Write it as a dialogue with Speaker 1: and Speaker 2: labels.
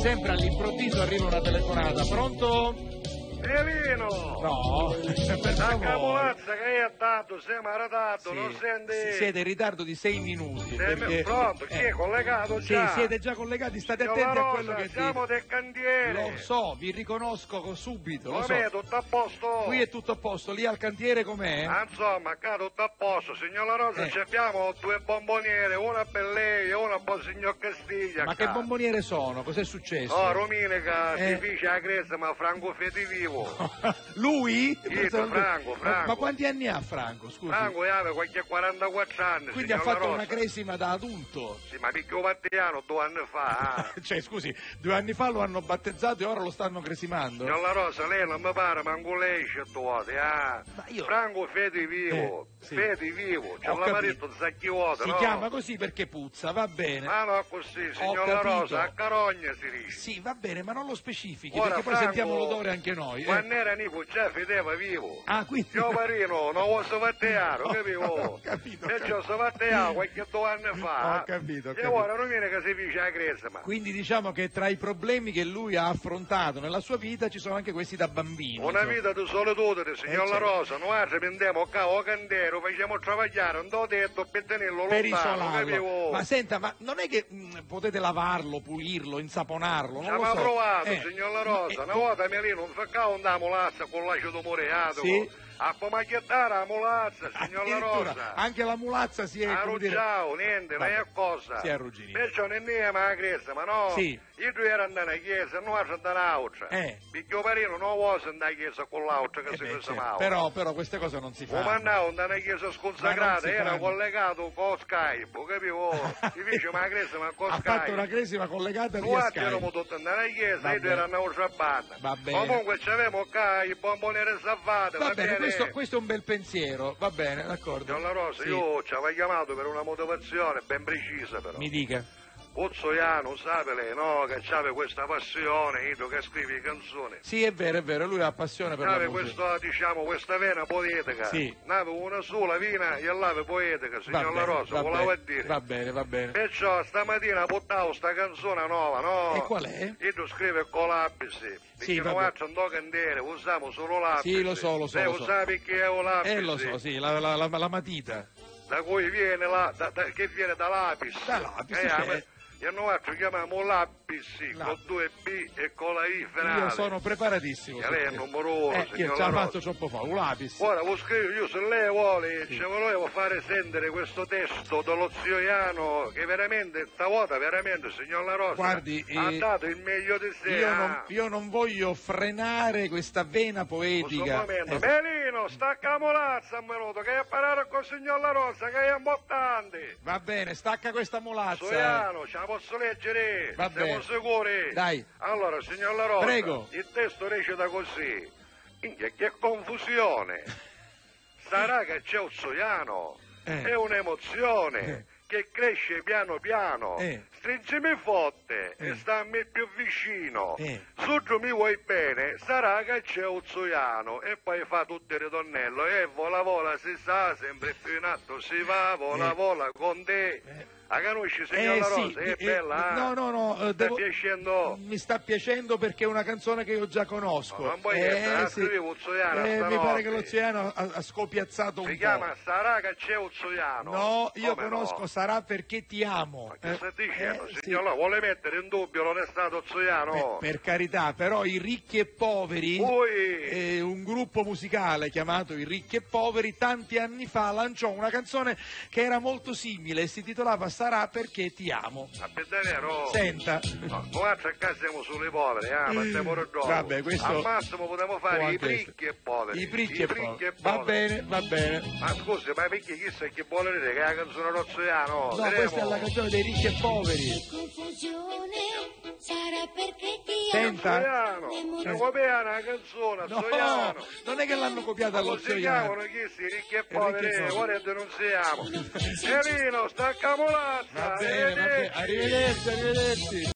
Speaker 1: sempre all'improvviso arriva una telefonata. Pronto?
Speaker 2: Evino!
Speaker 1: No, per
Speaker 2: La
Speaker 1: favore.
Speaker 2: cavolazza che hai dato, siamo a ritardo,
Speaker 1: Sì.
Speaker 2: non senti...
Speaker 1: Si- Siete in ritardo di sei minuti.
Speaker 2: Sei
Speaker 1: perché-
Speaker 2: me- pronto, chi è
Speaker 1: eh,
Speaker 2: collegato
Speaker 1: sì,
Speaker 2: già?
Speaker 1: siete già collegati, state
Speaker 2: Signora
Speaker 1: attenti a
Speaker 2: Rosa,
Speaker 1: quello che
Speaker 2: siamo
Speaker 1: dite.
Speaker 2: del cantiere.
Speaker 1: Lo so, vi riconosco co- subito, lo so.
Speaker 2: Com'è, tutto a posto?
Speaker 1: Qui è tutto a posto, lì al cantiere com'è?
Speaker 2: Ah, Insomma, qua tutto a posto. Signora Rosa,
Speaker 1: Eh.
Speaker 2: ci abbiamo due bomboniere, una per lei e una per il signor Castiglia.
Speaker 1: Ma
Speaker 2: qua.
Speaker 1: che bomboniere sono? Cos'è successo?
Speaker 2: Oh, Rominica,
Speaker 1: Eh. Oh,
Speaker 2: si dice a Grezza, ma Franco Fede vivo.
Speaker 1: Lui? Questo non-
Speaker 2: Franco,
Speaker 1: Ma- Ma,
Speaker 2: Franco.
Speaker 1: quanti anni ha Franco, scusi?
Speaker 2: Franco aveva qualche 44 anni,
Speaker 1: Quindi ha
Speaker 2: signora
Speaker 1: fatto
Speaker 2: Rosa.
Speaker 1: una cresima da adulto.
Speaker 2: Sì, ma picchio Mattiano due anni fa. ah.
Speaker 1: Cioè, scusi, due anni fa lo hanno battezzato e ora lo stanno cresimando?
Speaker 2: Signora Rosa, lei non mi pare, manco lei ci ha tuote, ah.
Speaker 1: Ma io-
Speaker 2: Franco Fede Vivo,
Speaker 1: Eh, sì.
Speaker 2: Fede Vivo, c'è
Speaker 1: Ho
Speaker 2: la
Speaker 1: capito.
Speaker 2: marito Zacchiota,
Speaker 1: si
Speaker 2: no?
Speaker 1: chiama così perché puzza, va bene.
Speaker 2: Ma no, così, signora
Speaker 1: capito.
Speaker 2: Rosa, a Carogna si dice.
Speaker 1: Sì, va bene, ma non lo specifichi,
Speaker 2: Ora,
Speaker 1: perché poi
Speaker 2: Franco,
Speaker 1: sentiamo l'odore anche noi. eh.
Speaker 2: Quando era Nico già fedeva vivo.
Speaker 1: Ah, quindi...
Speaker 2: Io Marino, non posso vatteare,
Speaker 1: No,
Speaker 2: capivo?
Speaker 1: no, ho capito, ho
Speaker 2: E ci ho
Speaker 1: capito.
Speaker 2: vatteato qualche due anni fa.
Speaker 1: Ho capito, ho
Speaker 2: E
Speaker 1: capito.
Speaker 2: ora non viene che si dice a Cresma.
Speaker 1: Quindi diciamo che tra i problemi che lui ha affrontato nella sua vita ci sono anche questi da bambino.
Speaker 2: Una
Speaker 1: insomma.
Speaker 2: vita di solitudine, signor
Speaker 1: Eh,
Speaker 2: La
Speaker 1: certo.
Speaker 2: Rosa, noi altri prendiamo qua o candero, facciamo travagliare, non ho detto per tenerlo
Speaker 1: per
Speaker 2: lontano,
Speaker 1: isolarlo.
Speaker 2: capivo?
Speaker 1: Ma senta, ma non è che mh, potete lavarlo, pulirlo, insaponarlo?
Speaker 2: Ci
Speaker 1: Non lo
Speaker 2: abbiamo
Speaker 1: so.
Speaker 2: provato,
Speaker 1: Eh,
Speaker 2: signor
Speaker 1: ma-
Speaker 2: La Rosa,
Speaker 1: eh,
Speaker 2: una volta mi lì non facciamo andare a molazza con l'acido moreato,
Speaker 1: Sì.
Speaker 2: a pomaghettare a molazza, signor La
Speaker 1: eh, addirittura,
Speaker 2: Rosa.
Speaker 1: Anche la mulazza si è... come dire-
Speaker 2: Arruggiao, niente, non è
Speaker 1: Vabbè,
Speaker 2: cosa.
Speaker 1: si è arrugginito.
Speaker 2: Perciò non è mia ma la chiesa, ma no.
Speaker 1: Sì.
Speaker 2: Io due ero andato a chiesa, non altro andare un'altra.
Speaker 1: Eh.
Speaker 2: Picchio Parino non vuole andare a chiesa con l'altra che
Speaker 1: Eh
Speaker 2: si
Speaker 1: beh, certo,
Speaker 2: consumava.
Speaker 1: però, però queste cose non si
Speaker 2: Come
Speaker 1: fanno.
Speaker 2: andavo andare a chiesa
Speaker 1: Ma non
Speaker 2: sconsacrata,
Speaker 1: si
Speaker 2: era
Speaker 1: fanno.
Speaker 2: collegato con Skype, capivo? Ti dice ma la chiesa ma con
Speaker 1: ha
Speaker 2: Skype.
Speaker 1: fatto una cresima collegata
Speaker 2: Noi
Speaker 1: via
Speaker 2: altri eravamo
Speaker 1: Skype.
Speaker 2: tutti andare a chiesa,
Speaker 1: Va
Speaker 2: io due
Speaker 1: bene.
Speaker 2: ero un'altra banda.
Speaker 1: Va bene.
Speaker 2: Comunque c'avevamo qua i bomboniere salvati,
Speaker 1: Va bene, questo, questo è un bel pensiero, va bene, d'accordo.
Speaker 2: Signor La Rosa,
Speaker 1: Sì,
Speaker 2: io ci avevo chiamato per una motivazione ben precisa però.
Speaker 1: Mi dica.
Speaker 2: Pozzoiano, sape lei, no? Che c'ave questa passione, Ido, che scrivi canzoni.
Speaker 1: Sì, è vero, è vero, lui ha passione per la
Speaker 2: C'ave
Speaker 1: musica.
Speaker 2: questa, diciamo, questa vena poetica.
Speaker 1: Sì.
Speaker 2: N'ave una sola vena e l'ave poetica,
Speaker 1: Va
Speaker 2: signor
Speaker 1: bene,
Speaker 2: La Rosa,
Speaker 1: va
Speaker 2: voleva
Speaker 1: bene,
Speaker 2: dire.
Speaker 1: Va bene, va bene.
Speaker 2: Perciò stamattina portavo sta canzone nuova, no?
Speaker 1: E qual è?
Speaker 2: Ido scrive con
Speaker 1: Sì,
Speaker 2: l'apice. Perché
Speaker 1: vabbè.
Speaker 2: non faccio un do candele, usiamo solo l'apice.
Speaker 1: Sì, lo so, lo so,
Speaker 2: Lei
Speaker 1: lo so.
Speaker 2: usa perché è un l'apice.
Speaker 1: Eh, lo so, sì, la, la- la- la matita.
Speaker 2: da cui viene la, da, da- che viene da lapis.
Speaker 1: Da lapis,
Speaker 2: Eh,
Speaker 1: cioè.
Speaker 2: ma- gli hanno fatto chiamiamo lapis con
Speaker 1: Lapis.
Speaker 2: due B e con la I finale.
Speaker 1: Io sono preparatissimo.
Speaker 2: E
Speaker 1: su
Speaker 2: lei è
Speaker 1: questo.
Speaker 2: numero uno,
Speaker 1: Eh, io
Speaker 2: signor
Speaker 1: ce la
Speaker 2: La Rosa.
Speaker 1: faccio troppo fa, un lapis.
Speaker 2: Ora lo scrivo io se lei vuole, ci volevo fare sentire questo testo dello zio Iano che veramente stavolta veramente signor La Rosa
Speaker 1: Guardi,
Speaker 2: ha
Speaker 1: eh,
Speaker 2: dato il meglio di sé.
Speaker 1: Io
Speaker 2: ah.
Speaker 1: non, io non voglio frenare questa vena
Speaker 2: In questo
Speaker 1: poetica.
Speaker 2: momento.
Speaker 1: Eh,
Speaker 2: Melino, stacca la molazza, Menuto, che è parlare con signor La Rosa, che è importante.
Speaker 1: va bene, stacca questa molazza.
Speaker 2: Soiano, ce la posso leggere?
Speaker 1: Va
Speaker 2: Siamo
Speaker 1: bene.
Speaker 2: sicuri?
Speaker 1: Dai.
Speaker 2: Allora, signor La Rosa,
Speaker 1: Prego.
Speaker 2: il testo recita così. Minchia, che confusione! Sarà che c'è un Soiano?
Speaker 1: Eh.
Speaker 2: È un'emozione
Speaker 1: Eh.
Speaker 2: che cresce piano piano.
Speaker 1: Eh.
Speaker 2: Stringimi forte
Speaker 1: Eh.
Speaker 2: e stammi più vicino.
Speaker 1: Eh.
Speaker 2: Su giù mi vuoi bene, sarà che c'è un Soiano. E poi fa tutto il ritornello. E vola vola si sa, sempre più in alto si va, vola
Speaker 1: Eh.
Speaker 2: vola con te.
Speaker 1: Eh.
Speaker 2: La conosci, signor
Speaker 1: Eh
Speaker 2: La
Speaker 1: sì,
Speaker 2: Rosa? Che
Speaker 1: eh,
Speaker 2: bella,
Speaker 1: no,
Speaker 2: eh?
Speaker 1: no, no, eh,
Speaker 2: Sta
Speaker 1: devo-
Speaker 2: piacendo.
Speaker 1: mi sta piacendo perché è una canzone che io già conosco.
Speaker 2: No, non puoi essere, la scrive Ozzoliano,
Speaker 1: Eh, mi
Speaker 2: stanotte.
Speaker 1: pare che l'Oziano ha, ha scopiazzato un
Speaker 2: Si
Speaker 1: po'.
Speaker 2: chiama Sarà che c'è Uzzoiano.
Speaker 1: No, io
Speaker 2: Come
Speaker 1: conosco
Speaker 2: no?
Speaker 1: Sarà perché ti amo.
Speaker 2: Ma che
Speaker 1: Eh,
Speaker 2: sta dicendo,
Speaker 1: eh, sì.
Speaker 2: signor La- Vuole mettere in dubbio l'onestà
Speaker 1: Beh,
Speaker 2: d'Ozzoiano?
Speaker 1: per carità, però i ricchi e poveri,
Speaker 2: Ui!
Speaker 1: eh, un gruppo musicale chiamato I ricchi e poveri, tanti anni fa lanciò una canzone che era molto simile e si titolava Sarà perché ti amo.
Speaker 2: Ma per davvero?
Speaker 1: Senta.
Speaker 2: No, guarda che siamo sulle poveri, eh, ma siamo rodondi.
Speaker 1: Mm, Vabbè, questo
Speaker 2: Al massimo potremmo
Speaker 1: può
Speaker 2: fare i
Speaker 1: anche essere.
Speaker 2: ricchi e poveri.
Speaker 1: I ricchi e poveri. Va
Speaker 2: poveri.
Speaker 1: bene, va bene.
Speaker 2: Ma scusi, ma perché chissà chi vuole dire che è la canzone Rozzoiano?
Speaker 1: No, questa è la canzone dei ricchi e poveri.
Speaker 3: Confusione sarà perché ti
Speaker 1: Senta.
Speaker 2: Soiano,
Speaker 3: Cioè-
Speaker 2: è copiana la canzone,
Speaker 1: No,
Speaker 2: Soiano.
Speaker 1: non è che l'hanno copiata
Speaker 2: Lo
Speaker 1: allo zio Iano.
Speaker 2: sicavano chi si ricchi e
Speaker 1: Ricchi e
Speaker 2: poveri,
Speaker 1: poveri.
Speaker 2: ora denunziamo. Serino, stacca molazza,
Speaker 1: Va bene, va bene.
Speaker 2: arrivederci.
Speaker 1: Arrivederci, arrivederci.